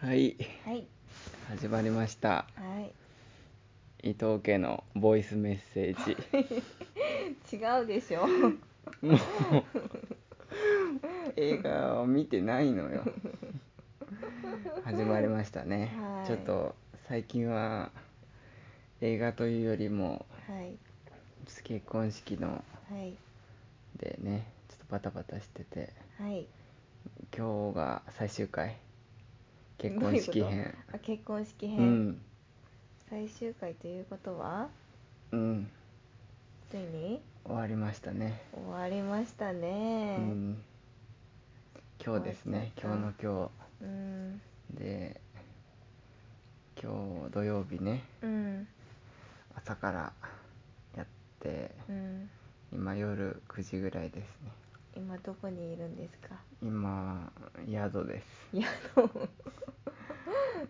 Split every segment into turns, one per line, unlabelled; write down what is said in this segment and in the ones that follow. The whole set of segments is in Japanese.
はい
はい
始まりました
はい
伊藤家のボイスメッセージ
違うでしょ
もう映画を見てないのよ始まりましたね、
はい
ちょっと最近は映画というよりも
はい
結婚式の
はい
でねちょっとバタバタしてて
はい
今日が最終回結
どう
婚
いうこと
式編
あ結婚式編、
うん
最終回ということは
うん
ついに
終わりましたね
終わりました
う
ね
ん今日ですね
終
今
わ
日
っ
の今
うん
日で今日土曜日ね
うん
朝からやって
うん
今夜9時ぐらいですね
今どこにいるんですか
今宿です
いやあの
も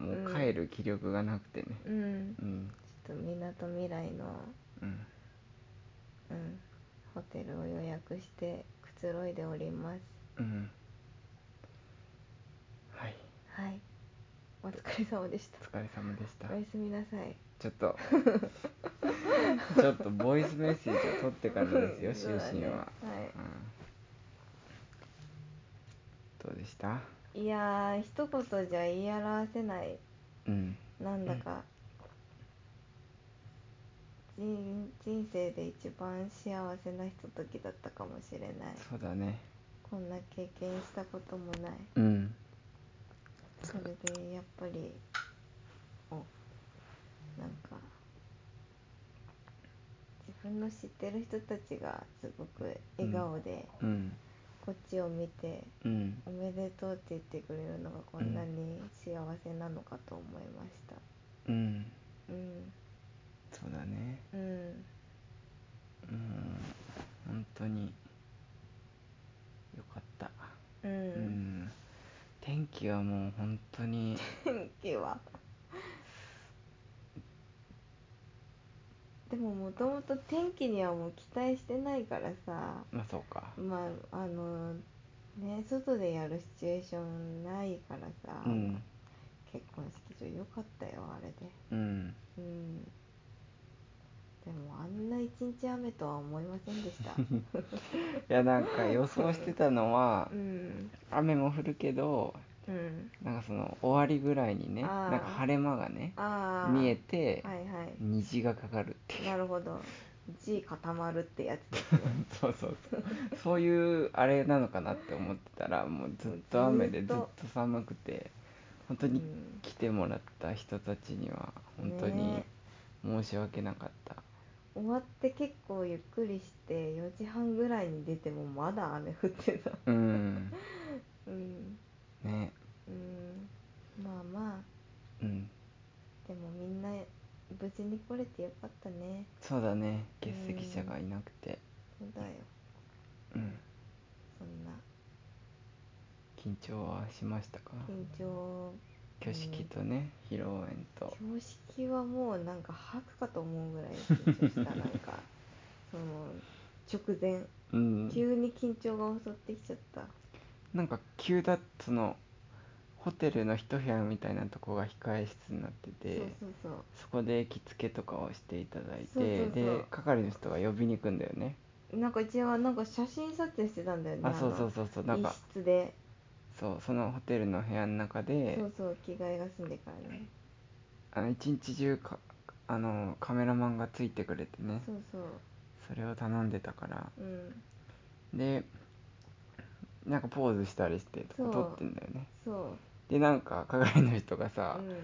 ううん帰る気力がなくてね
うん
う
ち
ん
ょっとみなとみらいの
うん
うんホテルを予約してくつろいでおります
うんはい
はいお疲れ様でし
お疲れ様でした
たおやすみなさい
ちょっとちょっとボイスメッセージを取ってからですよ
そうだ
就
ね
寝は、
はい
うん、どうでした
いやー一言じゃ言い表せない
うん
なんだか、人人生で一番幸せなひとときだったかもしれない
そうだね
こんな経験したこともない
うん
それでやっぱりおなんか自分の知ってる人たちがすごく笑顔で
うん
こっちを見て
うん
おめでとうって言ってくれるのがこんなに幸せなのかと思いました
うん
うん
そうだね
うん
うん本当によかったう
う
ん天気はもう本当に
天気はでももともと天気にはもう期待してないからさ
まあそうか
まああのね外でやるシチュエーションないからさ、
うん
結婚式場よかったよあれで
うん
うんでもあんな一日雨とは思いません でした
いやなんか予想してたのは
うん
雨も降るけど
うん
なんかその終わりぐらいにね
あー
なんか晴れ間がね
ああ
見えて
はいはい
虹がかかるっていう
なるほど G 固まるってやつですね
そうそうそうそういうあれなのかなって思ってたらもうずっと雨でず
ず
っ
っ
と
と
寒くて本当に
うん
来てもらった人たちには本当に
ね
申し訳なかった、
終わって結構ゆっくりして4時半ぐらいに出てもまだ雨降ってた
うん
うん
ね
うんまあまあ
うん
でもみんな無事に来れてよかったね
そうだね欠席者がいなくて
そうだよ
うん
そんな
緊張はしましたか
緊張
挙式とね披露宴と
標識はもうなんか吐くかと思うぐらい緊張したなんかその直前
うん
急に緊張が襲ってきちゃった
なんか急だそのホテルの一部屋みたいなとこが控え室になって
そう
て
そうそう
そこで着付けとかをしていただいて
そうそうそう
で係の人が呼びに行くんだよね
なんか一応なんか写真撮影してたんだよね
あそうそう
そ
そうそうなんか
一室で、
そうそのホテルの部屋の中で
そうそう着替えが済んでからね
あの一日中かあのカメラマンがついてくれてね
そうそう
それを頼んでたから
うん
でなんかポーズしたりして
そう
撮ってんだよね
そう
でなんか係の人がさ、
うん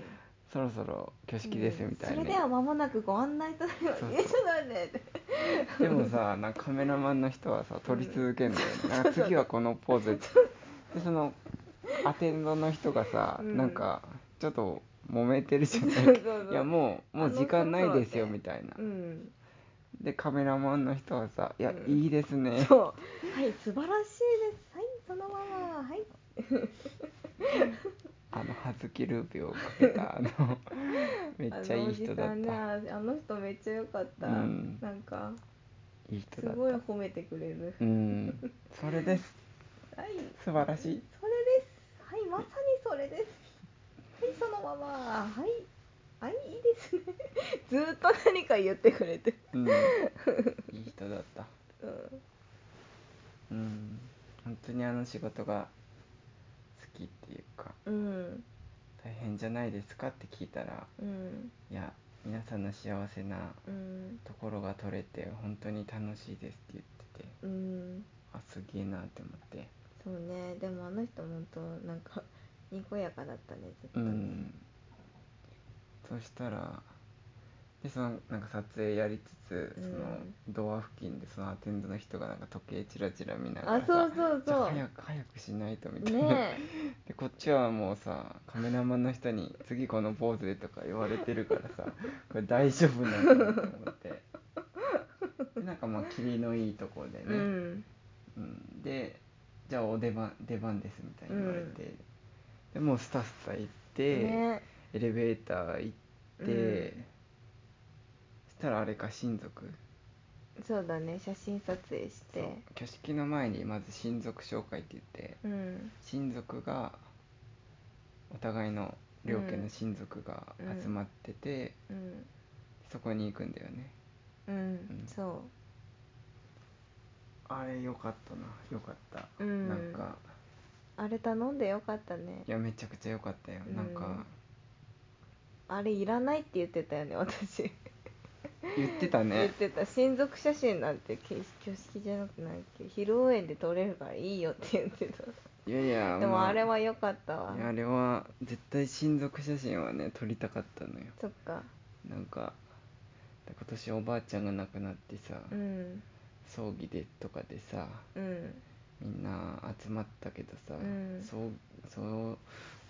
そろそろ挙式ですみたいな、
うんそれでは間もなくご案内となります
そうそう
いやちょっと待って
でもさなんかカメラマンの人はさ撮り続けるんだよね、なんか次はこのポーズでそのアテンドの人がさ、
うん
なんかちょっと揉めてるじゃない
そうそうそう
いやもうもう時間ないですよ
あの
みたいな
うん
でカメラマンの人はさ「いや、
うん
いいですね
そうはい素晴らしいですはいそのままはい
あの葉月ルーペをかけたあ のめっちゃいい人だ
あの
っ
おじさんね
た
ああの人めっちゃ良かった、
うん
なんか
いい人
す
だっ
ごい
た
褒めてくれる、
うんそれです
はい
素晴らしい
それですはいまさにそれですはああはいはいいいですね ずーっと何か言ってくれて
うん いい人だった
うん好
うん本当にあの仕事が好きっていうか
うん
大変じゃないですかって聞いたら
うん
いや皆さんの幸せな
うん
ところが取れて本当に楽しいですって言ってて
うん
あすげえなって思って
そうねでもあの人本当なんかにこやかだったねずっ
う
とね
んそしたらでそのなんか撮影やりつつ
うん
そのドア付近でそのアテンドの人がなんか時計チラチラ見なが
あ
らさ
そうそう
じゃあ
そう
早
ね
く早くしないとみたいな、
え
でこっちはもうさカメラマンの人に「次このポーズで」とか言われてるからさこれ大丈夫なのかなと思ってでなんかまあ霧のいいとこ でね、
うん
うんでじゃあお出番出番ですみたいに言われて、
うん
でもうスタスタ行って、
ね
エレベーター行って、
うん
そしたらあれか親族
そうだね写真撮影し
そう
て
挙式の前にまず親族紹介って言って
うん
親族がお互いの両家の親族が集まってて、
うん
そこに行くんだよね
うん、
ん
そ
あれよかったなよかった、
うん
なんか
うあれ頼んでよかったね
いやめちゃくちゃよかったよ、
うん
なんか
あれいらないって言ってたよね私
言ってた
言っ
ね
てた親族写真なんてけ挙式じゃなくないっけ披露宴で撮れるからいいよって言ってた
いやいや
でも
ま
あれは良かったわ
いやあれは絶対親族写真はね撮りたかったのよ
そっか
なんか今年おばあちゃんが亡くなってさ、
うん
葬儀でとかでさ
うん
みんな集まったけどさ、
うん
そうそう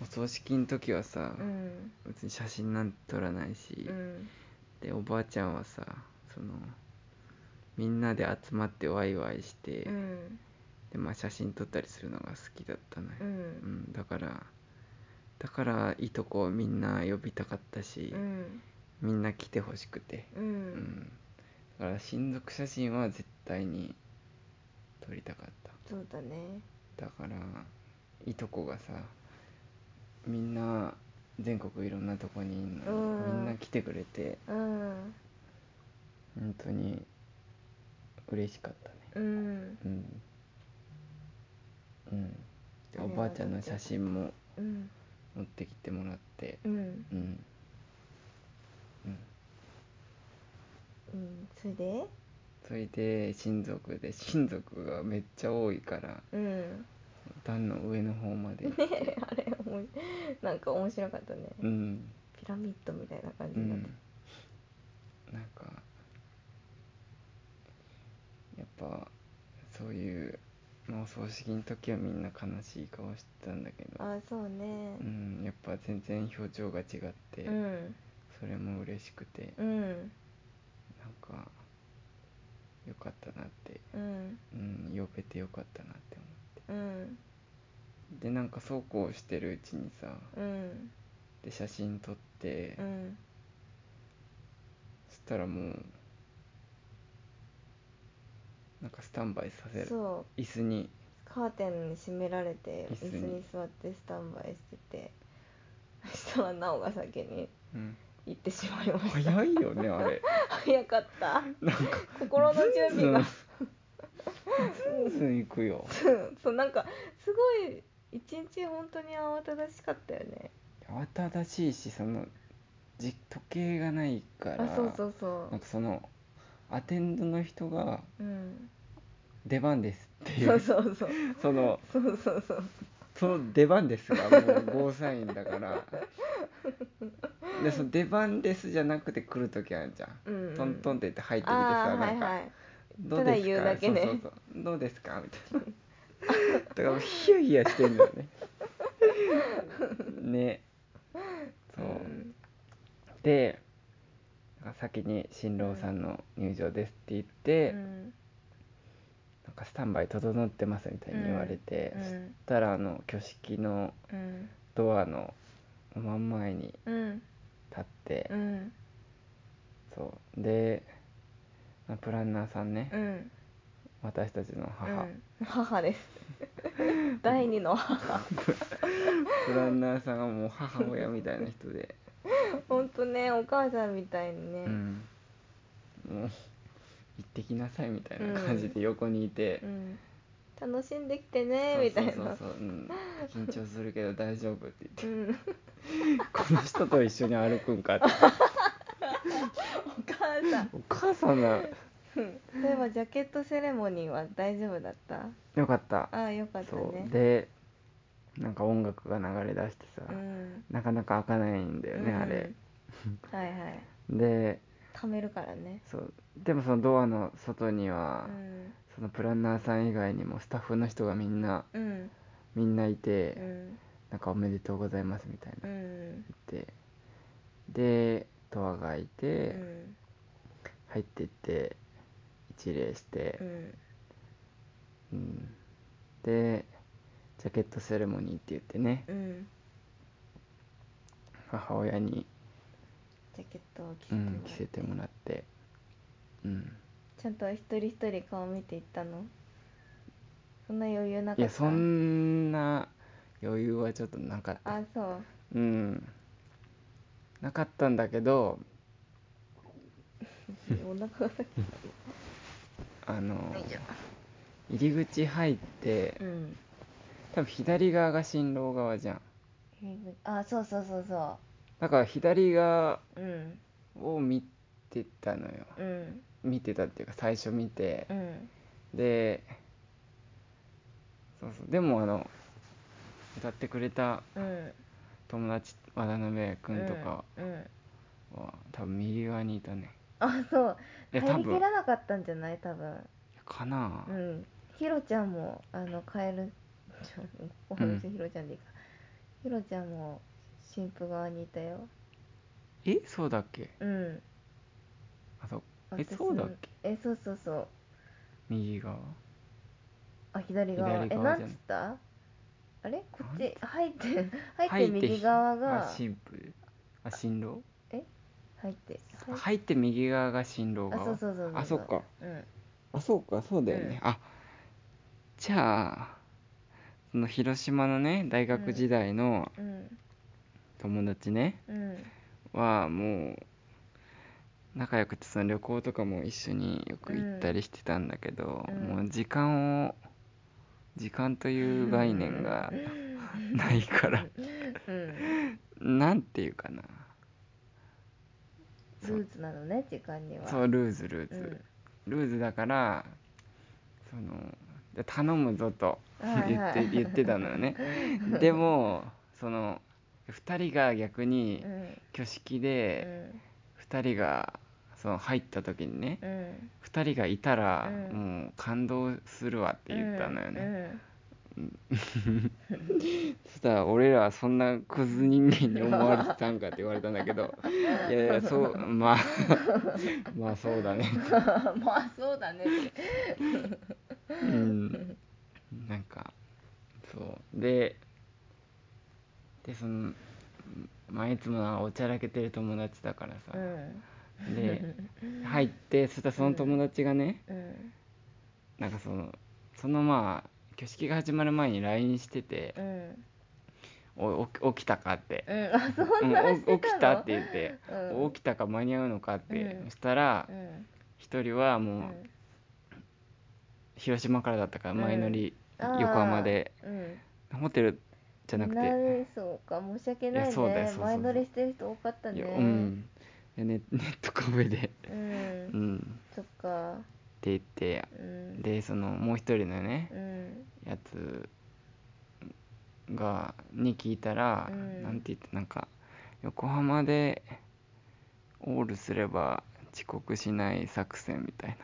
お葬式の時はさ、
うん
別に写真なんて撮らないし、
うん
でおばあちゃんはさそのみんなで集まってワイワイして、
うん
でまあ、写真撮ったりするのが好きだったのよ、
う
うんんだからだからいとこをみんな呼びたかったし、
うん
みんな来てほしくて、
う
うん
ん
だから親族写真は絶対に撮りたかっ
そうだね
ただからいとこがさみんな全国いろんなとこにいんのに、
うん
みんな来てくれて
うん
本当に嬉しかったね
うん
うん、うん、で
あれ
お
は
ばあちゃんの写真も
うん
持ってきてもらって
うん
うん、うん、
うんそれで
それで親族で親族がめっちゃ多いから
うん
段の上の方まで行っ
あ
て、
れあれおもしなんか面白かったね
うん
ピラミッドみたいな感
う
じになって
んなんかやっぱそういう、まあ、お葬式の時はみんな悲しい顔してたんだけど
あそうね
うん、やっぱ全然表情が違って、
うん
それも嬉しくて、
うん
なんかよかったなって、
うん
うん、呼べてよかったなって思っ
うん
てでなんかそうこうしてるうちにさ
うん
で写真撮って、
うん
そしたらもうなんかスタンバイさせる
そう
椅子に
カーテンに閉められて
椅子
椅
に
子に座ってスタンバイしててそしたら奈緒が先に
うん、
行ってしまいました
早いよねあれ
早かった
なんか
心の準備が
ズンズンいくよ
そうなんかすごい一日本当に慌ただしかったよね
慌ただしいしそのじ時計がないから
あそうそうそ
なんかそのアテンドの人が
ううん
出番ですってい
そう
う
そうそう
その
そうそうそう
その出番ですがもうゴーサインだからでその出番ですじゃなくて来る時あるじゃん、
うんうん
トントンって言って入ってきて
あ
さ
あー
な
は
ん
い
か、
はい
どうですか
ただ言うだけね
そうそうそうどうですかみたいなだからもうヒヤヒヤしてんだよ ねねそう、
うん
でなんか先に新郎さんの入場ですって言って、
うん
なんかスタンバイ整ってますみたいに言われて、
うん
そしたらあの挙式の
うん
ドアの真ん前に
うん
立って、
うん
そうでまあプランナーさんね、
うん
私たちの母、
うん、母です第二の母
プランナーさんがもう母親みたいな人で、
ほんとねお母さんみたいにね、
うん、もう行ってきなさいみたいな感じで横にいて、
うん楽しんできてね
そう
みた
そ
いうな
そうそう、うん、緊張するけど大丈夫って言って
うん、
この人と一緒に歩くん かって
お母さん
お母さんが
例えばジャケットセレモニーは大丈夫だった
よかった
ああよかった
そ
ね
うでなんか音楽が流れ出してさ、
うん
なかなか開かないんだよね、
うん
あれ
はいはい
で
貯めるからね
そうでもそのドアの外に
う
は、
ん
そのプランナーさん以外にもスタッフの人がみんな
うん
みんないて、
うん
なんかおめでとうございますみたいな
う、ん
言ってでドアが開いて、
うん
入ってって一礼して
う、
う
ん
んでジャケットセレモニーって言ってね
うん
母親に、
ジャケットを着せ
う
てもらっ
ん、着せてもらって、うん、
ちゃんと一人一人顔見ていったのそんな余裕なかった
いやそんな余裕はちょっとなかった
あそう
うんなかったんだけど
お腹が
あの
いいじゃ
入り口入って
うん
多分左側が新郎側じゃん
あそうそうそうそ
だから左側
ううん
を見てたのよ
うん
見てたっていうか最初見て
うん
でそうそうでもあの歌ってくれた
うん
友達渡辺君とか
うん
は多分右側にいたね
あそう
いや
入
多
りき
分
らなかったんじゃない多分
かな
う、んひろちゃんもあのカエルちょお話ひろちゃんでいいか、ひろちゃんも新婦側にいたよ
えそうだっけ
うん
あそうえ
私の
そうだっけ
えそうそうそう
右側
あ左側
左
え
側
なん
じゃん
つったあれこっ
なん
ち入って入って右側
あ
が
新婦あ新郎
入って
あ入って右側が新郎
あそう
側
そうそう
あそっか
うん
あそうかそうだよね、あじゃあその広島のね大学時代の
うん
友達ね、
うん
はもう仲良くてその旅行とかも一緒によく行ったりしてたんだけど、
うん
もう時間を時間という概念が ないから
うん
なんていうかなそう
ルーツなのね時間には
そうルーズルー
う
ズ、
ん
ルーズだからそので頼むぞと
はい
言っ
はい
て言ってたのよねでもその2人が逆に
うん
挙式
う
で
ん
2人がその入った時にね
うん
2人がいたら
うん
もう感動するわって言ったのよね、そしたら俺らはそんなクズ人間に思われてたんかって言われたんだけ どいやいやそうまあ まあそうだね
うん まあそうだねって
うんなんかそうででそのまあいつもはおちゃらけてる友達だからさ
う、ん
で入ってそしたらその友達がね、
うん
なんかそのそのまあ挙式が始まる前に LINE してて
う
「
ん
おお起きたか?」って
うんあそう
「うんお起きた?」って言って「
うん
起きたか間に合うのか?」って、
うん
そしたら
うん
一人は
う
もうん広島からだったから前乗り
あー
横浜で、
うん
ホテルじゃなくて。
ないそうか申し訳
い
ないね
やそうだよそうそうそう
前乗りしてる人多かった
い
ね
やうんでネネットカフェで「
うん
うん」
そっか
って言って
うん
でそのもう一人のね
うん
やつがに聞いたら、
うん
なんて言ってなんか横浜でオールすれば遅刻しない作戦みたい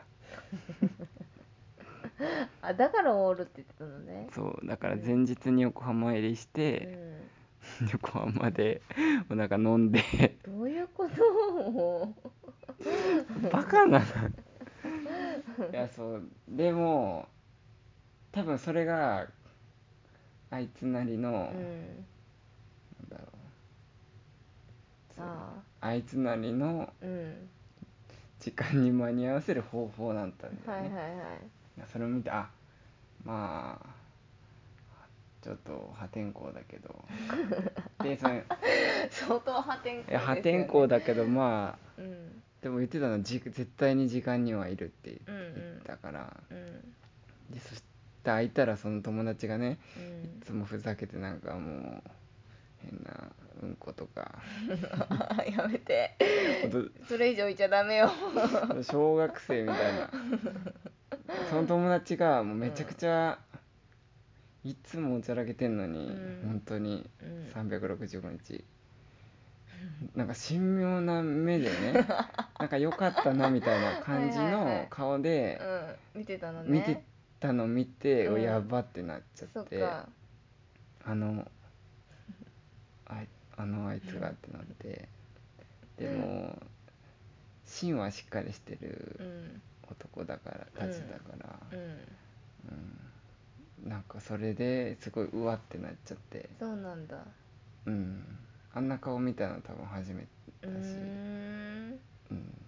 あだからオールって言ってたのね
なそうだから
うん
前日に横浜入りし
う
て、
ん
横浜でなんか飲んで
どういうこと
バカ なのいやそうでも多分それがあいつなりの、
うん
なんだろうそう
あ
あいつなりの
あうん
時間に間に合わせる方法なんだったんだ
はい
よ
はい
ね、
はい
いやそれを見てあまあちょっと破天荒だけ どでそのい
相当破天荒です
や
よ、ね、
破天荒だけどまあ
うん
でも言ってたのはじ絶対に時間にはいるって
うんうん
言ったから、
うん
でそして空いたらその友達がね
う
い
ん
つもふざけてなんかもう変なうんことか
やめて
ほんと
それ以上言っちゃダメよ
小学生みたいなその友達がもうめちゃくちゃ、いつもおちゃらけてんのに、
うん
本当に
うん
365日、なんか神妙な目で ねなんか良かったなみたいな感じ
はいはいは
の
い
顔で
うん見てたのね
見てたの見て、
うん
やばってなっちゃ
そ
っ
ってか
あのあいあのあいつがってなってでも芯はしっかりしてる
うん
男だから
うん
たちだから、
うん
うんなんかそれですごいうわってなっちゃって、
そうなんだ
うん、あんな顔見たの多分初めて
う
だし、
ーん
うん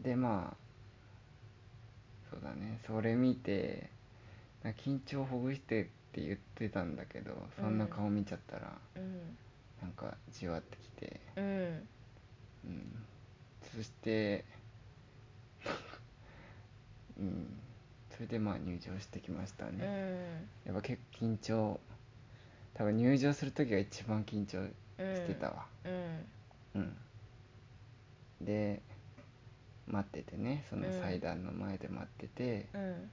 でまあそうだねそれ見てなんか緊張ほぐしてって言ってたんだけどそんな顔見ちゃったら、
うん
なんかじわってきて、
うん
うん、そして、 うん、それでまあ入場してきましたね、
う
や
ん
っぱ結構緊張多分入場する時が一番緊張
うん
してたわ
うん
うん、で待っててねその
うん
祭壇の前で待ってて、
うん